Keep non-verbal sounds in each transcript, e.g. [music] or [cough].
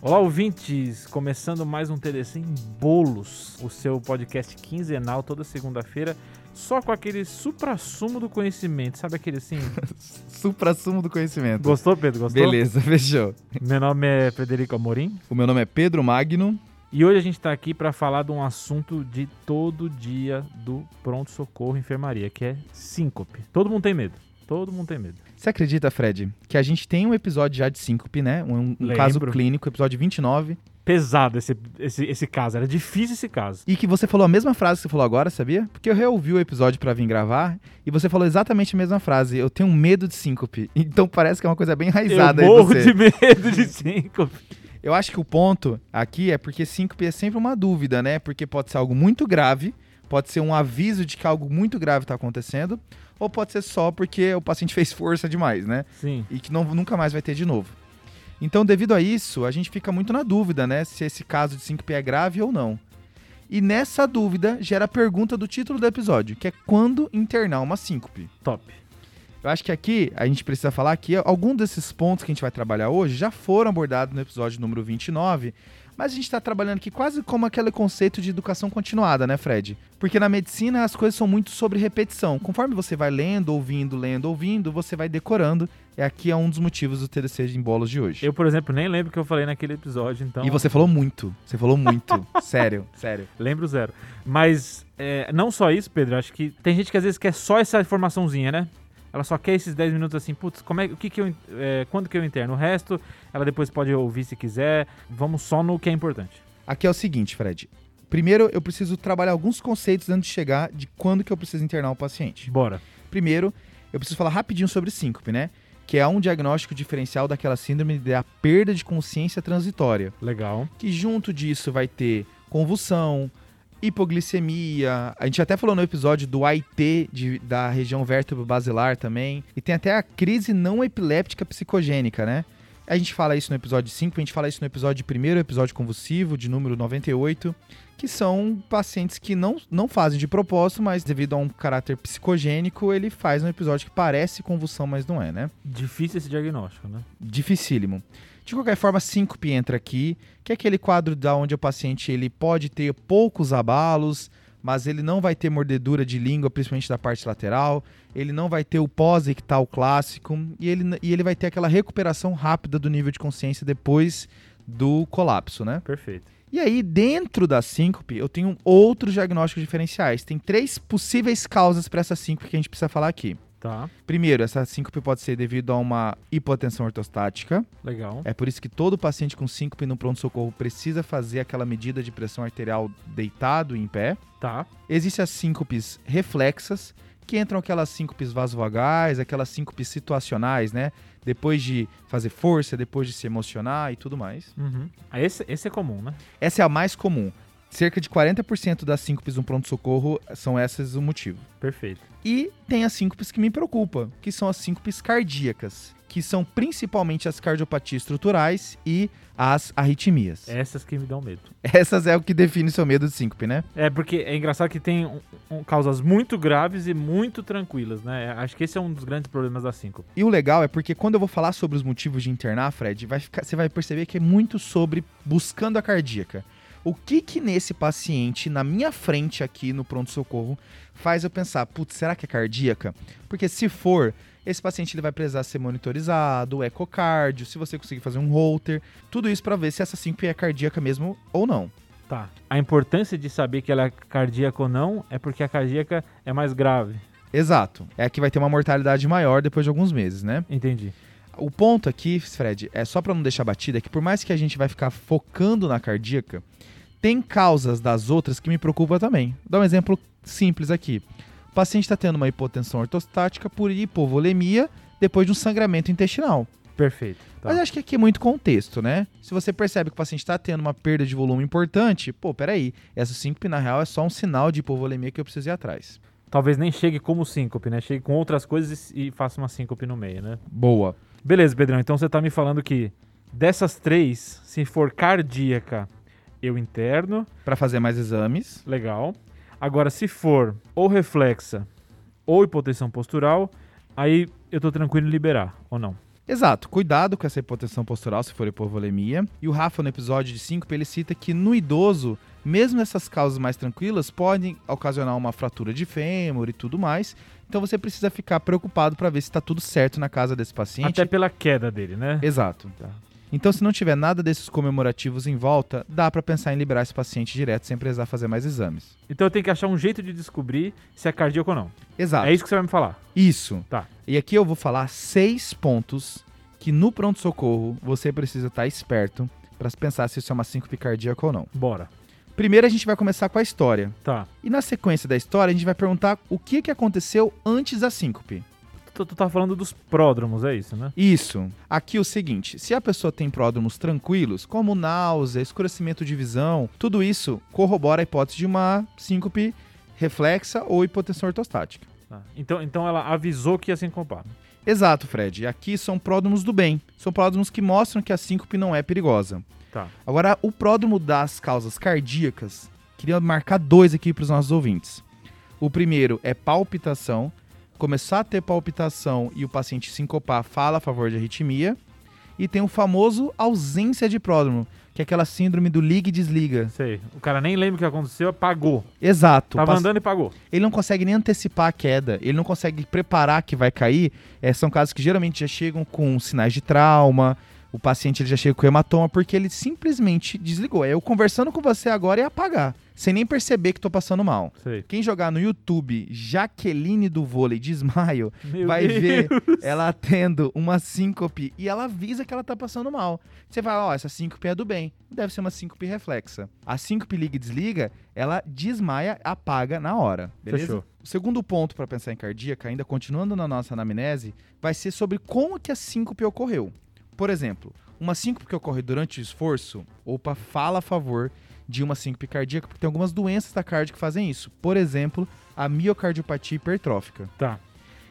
Olá, ouvintes! Começando mais um TDC em Bolos, o seu podcast quinzenal toda segunda-feira, só com aquele supra-sumo do conhecimento, sabe aquele [laughs] assim? Supra-sumo do conhecimento. Gostou, Pedro? Gostou? Beleza, [laughs] fechou. Meu nome é Frederico Amorim O meu nome é Pedro Magno. e hoje a gente tá aqui pra falar de um assunto de todo dia do pronto-socorro e enfermaria, que é síncope. Todo mundo tem medo, todo mundo tem medo. Você acredita, Fred, que a gente tem um episódio já de síncope, né? Um, um Lembro. caso clínico, episódio 29, Pesado esse, esse, esse caso, era difícil esse caso. e que você falou a mesma frase que você falou agora, sabia? Porque eu reouvi o episódio pra vir gravar e você falou exatamente a mesma frase. Eu tenho medo de síncope. [laughs] Então parece que é uma coisa bem enraizada Eu aí em morro você. de [laughs] medo de síncope. Eu acho que o ponto aqui é porque síncope é sempre uma dúvida, né? Porque pode ser algo muito grave, pode ser um aviso de que algo muito grave está acontecendo, ou pode ser só porque o paciente [laughs] fez força demais, né? Sim. E que não- nunca mais vai ter de novo. Então, devido a isso, a gente fica muito na dúvida, né? Se esse caso de síncope é grave ou não. E nessa dúvida gera a pergunta do título do episódio, que é quando internar uma síncope. Top. Eu acho que aqui a gente precisa falar que algum desses pontos que a gente vai trabalhar hoje já foram abordados no episódio número 29, mas a gente está trabalhando aqui quase como aquele conceito de educação continuada, né, Fred? Porque na medicina as coisas são muito sobre repetição. Conforme você vai lendo, ouvindo, lendo, ouvindo, você vai decorando. E aqui é um dos motivos do TDC de embolos de hoje. Eu, por exemplo, nem lembro o que eu falei naquele episódio, então. E você falou muito. Você falou muito. sério, sério. Lembro zero. Mas é, não só isso, Pedro, acho que tem gente que às vezes quer só essa informaçãozinha, né? Ela só quer esses 10 minutos assim, putz, como é, o que que eu, in- é, quando que eu interno? O resto, ela depois pode ouvir se quiser. Vamos só no que é importante. Aqui é o seguinte, Fred. Primeiro, eu preciso trabalhar alguns conceitos antes de chegar de quando que eu preciso internar o paciente. Bora. Primeiro, eu preciso falar rapidinho sobre síncope, né? Que é um diagnóstico diferencial daquela síndrome da perda de consciência transitória. Legal. Que junto disso vai ter convulsão, hipoglicemia. A gente até falou no episódio do AIT de- da região vértebro-basilar também. E tem até a crise não epiléptica psicogênica, né? A gente fala isso no episódio 5, a gente fala isso no episódio primeiro, episódio convulsivo, de número 98, que são pacientes que não, não fazem de propósito, mas devido a um caráter psicogênico, ele faz um episódio que parece convulsão, mas não é, né? Difícil esse diagnóstico, né? dificílimo. De qualquer forma, síncope entra aqui, que é aquele quadro da onde o paciente ele pode ter poucos abalos, mas ele não vai ter mordedura de língua, principalmente da parte lateral, ele não vai ter o pós-ictal clássico e ele, e ele vai ter aquela recuperação rápida do nível de consciência depois do colapso, né? Perfeito. E aí, dentro da síncope, eu tenho outros diagnósticos diferenciais. Tem três possíveis causas para essa síncope que a gente precisa falar aqui. Tá. Primeiro, essa síncope pode ser devido a uma hipotensão ortostática. Legal. É por isso que todo paciente com síncope no pronto-socorro precisa fazer aquela medida de pressão arterial deitado e em pé. Tá. Existem as síncopes reflexas, que entram aquelas síncopes vasovagais, aquelas síncopes situacionais, né? Depois de fazer força, depois de se emocionar e tudo mais. Uhum. Ah, Esse, esse é comum, né? Essa é a mais comum. Cerca de 40% das síncopes no pronto-socorro são essas o motivo. Perfeito. E tem as síncopes que me preocupam, que são as síncopes cardíacas, que são principalmente as cardiopatias estruturais e as arritmias. Essas que me dão medo. [laughs] Essas é o que define seu medo de síncope, né? É, porque é engraçado que tem um- um- causas muito graves e muito tranquilas, né? Acho que esse é um dos grandes problemas da síncope. E o legal é porque quando eu vou falar sobre os motivos de internar, Fred, vai ficar- você vai perceber que é muito sobre buscando a cardíaca. O que que nesse paciente, na minha frente aqui no pronto-socorro, faz eu pensar, putz, será que é cardíaca? Porque se for, esse paciente ele vai precisar ser monitorizado, ecocardio, se você conseguir fazer um holter, tudo isso pra ver se essa síncope é cardíaca mesmo ou não. Tá. A importância de saber que ela é cardíaca ou não é porque a cardíaca é mais grave. Exato. É que vai ter uma mortalidade maior depois de alguns meses, né? Entendi. O ponto aqui, Fred, é só pra não deixar batida, é que por mais que a gente vai ficar focando na cardíaca, tem causas das outras que me preocupam também. Vou dar um exemplo simples aqui. O paciente está tendo uma hipotensão ortostática por hipovolemia depois de um sangramento intestinal. Perfeito. Tá. Mas acho que aqui é muito contexto, né? Se você percebe que o paciente está tendo uma perda de volume importante, pô, peraí, essa síncope na real é só um sinal de hipovolemia que eu preciso ir atrás. Talvez nem chegue como síncope, né? Chegue com outras coisas e e faça uma síncope no meio, né? Boa. Beleza, Pedrão. Então você tá me falando que dessas três, se for cardíaca, eu interno. Para fazer mais exames, Legal. Agora, se for ou reflexa ou hipotensão postural, aí eu tô tranquilo em liberar, ou não? Exato, cuidado com essa hipotensão postural se for hipovolemia. E o Rafa, no episódio de 5, ele cita que no idoso, mesmo essas causas mais tranquilas podem ocasionar uma fratura de fêmur e tudo mais. Então você precisa ficar preocupado para ver se está tudo certo na casa desse paciente. Até pela queda dele, né? Exato. Tá. Então, se não tiver nada desses comemorativos em volta, dá para pensar em liberar esse paciente direto sem precisar fazer mais exames. Então eu tenho que achar um jeito de descobrir se é cardíaco ou não. Exato. É isso que você vai me falar. Isso. Tá. E aqui eu vou falar seis pontos que no pronto-socorro você precisa estar esperto para pensar se isso é uma síncope cardíaca ou não. Bora. Primeiro a gente vai começar com a história. Tá. E na sequência da história a gente vai perguntar o que, que aconteceu antes da síncope. Tu, tu tá falando dos pródromos, é isso, né? Isso. Aqui é o seguinte, se a pessoa tem pródromos tranquilos, como náusea, escurecimento de visão, tudo isso corrobora a hipótese de uma síncope reflexa ou hipotensão ortostática. Tá. Então, então ela avisou que ia se incompar. Exato, Fred. Aqui são pródromos do bem. São pródromos que mostram que a síncope não é perigosa. Tá. Agora, o pródromo das causas cardíacas, queria marcar dois aqui para os nossos ouvintes. O primeiro é palpitação. Começar a ter palpitação e o paciente sincopar fala a favor de arritmia. E tem o famoso ausência de pródromo, que é aquela síndrome do liga e desliga. Sei. O cara nem lembra o que aconteceu, apagou. Exato. Tava Pas- andando e pagou. ele não consegue nem antecipar a queda, ele não consegue preparar que vai cair. É, são casos que geralmente já chegam com sinais de trauma, o paciente ele já chega com hematoma, porque ele simplesmente desligou. É eu conversando com você agora e apagar, sem nem perceber que tô passando mal. Sei. Quem jogar no YouTube Jaqueline do vôlei de Smile Meu vai Deus. ver ela tendo uma síncope e ela avisa que ela tá passando mal. Você fala, ó, essa síncope é do bem. Deve ser uma síncope reflexa. A síncope liga e desliga, ela desmaia, apaga na hora. Beleza? Fechou. O segundo ponto para pensar em cardíaca, ainda continuando na nossa anamnese, vai ser sobre como que a síncope ocorreu. Por exemplo, uma síncope que ocorre durante o esforço, opa, fala a favor de uma síncope cardíaca, porque tem algumas doenças da cardio que fazem isso. Por exemplo, a miocardiopatia hipertrófica. Tá.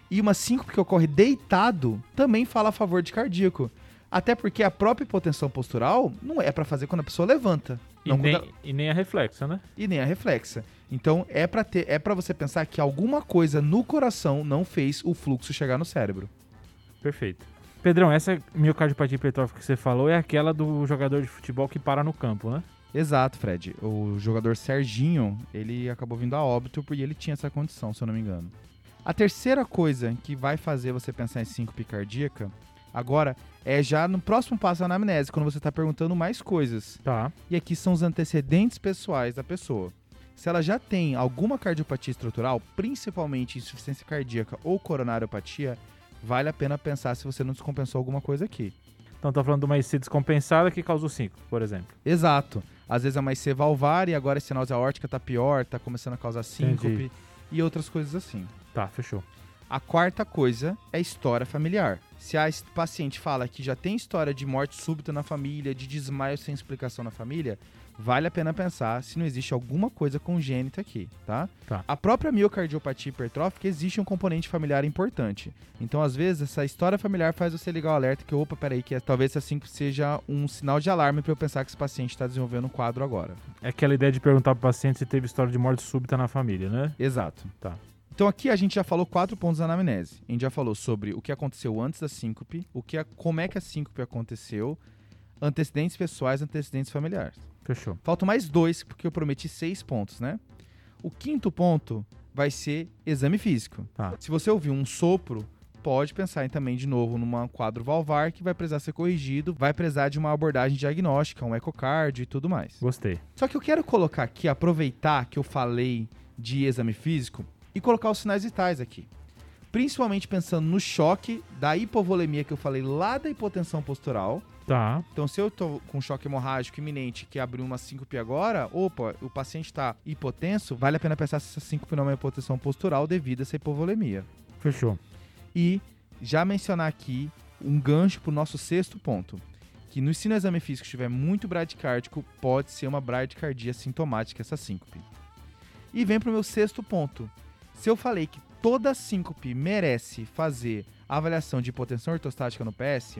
E uma síncope que ocorre deitado também fala a favor de cardíaco. Até porque a própria hipotensão postural não é para fazer quando a pessoa levanta. E não quando nem, ela- e nem a reflexa, né? e nem a reflexa. Então é pra ter, é para você pensar que alguma coisa no coração não fez o fluxo chegar no cérebro. Perfeito. Pedrão, essa miocardiopatia hipertrófica que você falou é aquela do jogador de futebol que para no campo, né? Exato, Fred. O jogador Serginho, ele acabou vindo a óbito porque ele tinha essa condição, se eu não me engano. A terceira coisa que vai fazer você pensar em síncope cardíaca agora é já no próximo passo da anamnese, quando você está perguntando mais coisas. Tá. E aqui são os antecedentes pessoais da pessoa. Se ela já tem alguma cardiopatia estrutural, principalmente insuficiência cardíaca ou coronariopatia, vale a pena pensar se você não descompensou alguma coisa aqui. Então tá falando de uma IC descompensada que causou 5, por exemplo. Exato. Às vezes é uma IC valvar e agora a estenose aórtica tá pior, tá começando a causar síncope Entendi. e outras coisas assim. Tá, fechou. A quarta coisa é história familiar. Se a es- paciente fala que já tem história de morte súbita na família, de desmaio sem explicação na família, vale a pena pensar se não existe alguma coisa congênita aqui, tá? Tá. A própria miocardiopatia hipertrófica existe um componente familiar importante. Então, às vezes, essa história familiar faz você ligar o alerta que, opa, peraí, que é- talvez assim seja um sinal de alarme para eu pensar que esse paciente está desenvolvendo um quadro agora. É aquela ideia de perguntar pro paciente se teve história de morte súbita na família, né? Exato. Tá. Então aqui a gente já falou quatro pontos da anamnese. A gente já falou sobre o que aconteceu antes da síncope, o que a- como é que a síncope aconteceu, antecedentes pessoais, antecedentes familiares. Fechou. Faltam mais dois, porque eu prometi seis pontos, né? O quinto ponto vai ser exame físico. Tá. Se você ouvir um sopro, pode pensar em, também de novo num quadro valvar que vai precisar ser corrigido, vai precisar de uma abordagem diagnóstica, um ecocardio e tudo mais. Gostei. Só que eu quero colocar aqui, aproveitar que eu falei de exame físico e colocar os sinais vitais aqui. Principalmente pensando no choque da hipovolemia que eu falei lá da hipotensão postural. Tá. Então, se eu tô com choque hemorrágico iminente que abriu uma síncope agora, opa, o paciente tá hipotenso, vale a pena pensar se essa síncope não é uma hipotensão postural devido a essa hipovolemia. Fechou. E já mencionar aqui um gancho pro nosso sexto ponto. Que no se no exame físico estiver muito bradicárdico, pode ser uma bradicardia sintomática essa síncope. E vem pro meu sexto ponto. Se eu falei que toda síncope merece fazer avaliação de hipotensão ortostática no PS,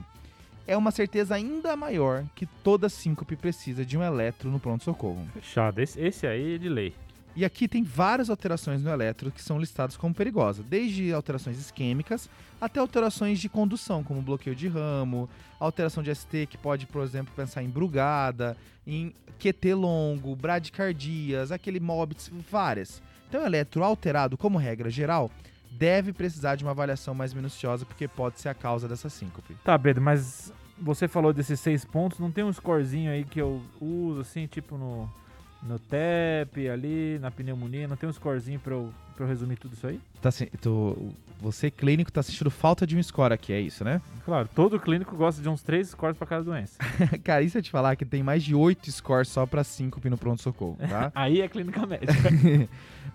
é uma certeza ainda maior que toda síncope precisa de um eletro no pronto-socorro. Fechado. Esse, esse aí é de lei. E aqui tem várias alterações no eletro que são listadas como perigosa, desde alterações isquêmicas até alterações de condução, como bloqueio de ramo, alteração de ST que pode, por exemplo, pensar em brugada, em QT longo, bradicardias, aquele MOBITS, várias. Então, o eletro alterado, como regra geral, deve precisar de uma avaliação mais minuciosa, porque pode ser a causa dessa síncope. Tá, Pedro, mas você falou desses seis pontos, não tem um scorezinho aí que eu uso, assim, tipo no, no TEP, ali, na pneumonia, não tem um scorezinho pra eu, pra eu resumir tudo isso aí? Tá, se- tô- você clínico tá sentindo falta de um score aqui, é isso, né? Claro, todo clínico gosta de uns três scores pra cada doença. Cara, e se eu te falar que tem mais de oito scores só pra síncope no pronto-socorro, tá? Aí é clínica médica.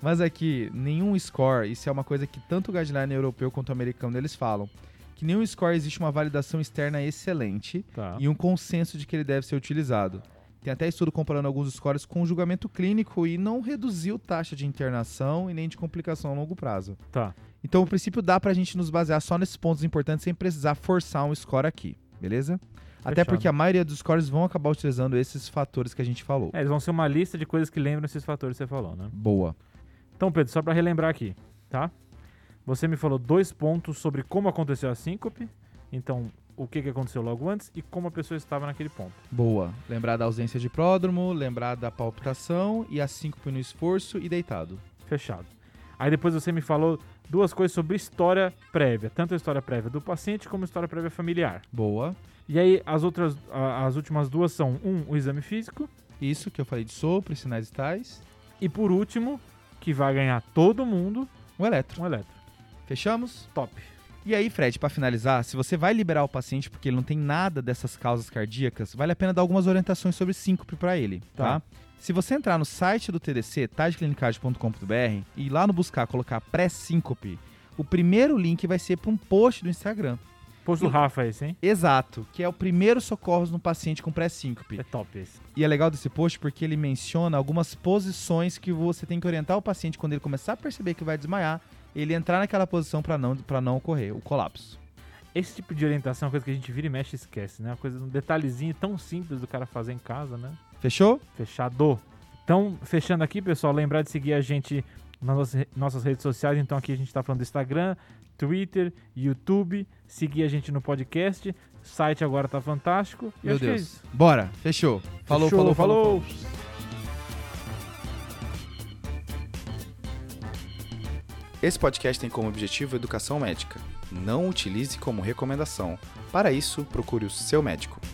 Mas aqui, nenhum score, isso é uma coisa que tanto o guideline europeu quanto o americano eles falam, que nenhum score existe uma validação externa excelente [laughs] tá. e um consenso de que ele deve ser utilizado. Tem até estudo comparando alguns scores com julgamento clínico e não reduziu taxa de internação e nem de complicação a longo prazo. Tá. Então, o princípio dá pra gente nos basear só nesses pontos importantes sem precisar forçar um score aqui, beleza? Até Fechado. porque a maioria dos scores vão acabar utilizando esses fatores que a gente falou. É, eles vão ser uma lista de coisas que lembram esses fatores que você falou, né? Boa. Então, Pedro, só pra relembrar aqui, tá? Você me falou dois pontos sobre como aconteceu a síncope, então o que, que aconteceu logo antes e como a pessoa estava naquele ponto. Boa. Lembrar da ausência de pródromo, lembrar da palpitação e a síncope no esforço e deitado. Fechado. Aí depois você me falou duas coisas sobre história prévia, tanto a história prévia do paciente como a história prévia familiar. Boa. E aí as outras, a- as últimas duas são um, o exame físico Isso que eu falei de sopro e sinais vitais. e por último, que vai ganhar todo mundo, O eletro. um eletro. Fechamos? Top. E aí, Fred, pra finalizar, se você vai liberar o paciente porque ele não tem nada dessas causas cardíacas, vale a pena dar algumas orientações sobre síncope pra ele, tá? Tá. Se você entrar no site do TDC, tadeclinicage.com.br, e lá no buscar colocar pré-síncope, o primeiro link vai ser pra um post do Instagram. Posto do E- Rafa é esse, hein? Exato, que é o primeiro socorros no paciente com pré-síncope. É top esse. E é legal desse post porque ele menciona algumas posições que você tem que orientar o paciente quando ele começar a perceber que vai desmaiar, ele entrar naquela posição pra não, pra não ocorrer o colapso. Esse tipo de orientação é uma coisa que a gente vira e mexe e esquece, né? Uma coisa, um detalhezinho tão simples do cara fazer em casa, né? Fechou? Fechado. Então, fechando aqui, pessoal, lembrar de seguir a gente nas nossas re- nossas redes sociais. Então, aqui a gente tá falando do Instagram, Twitter, YouTube. Seguir a gente no podcast. site agora tá fantástico. E Meu acho que é Deus. isso. Bora, fechou. Falou, Fechou, falou, falou. falou. falou. Esse podcast tem como objetivo educação médica. Não utilize como recomendação. Para isso, procure o seu médico.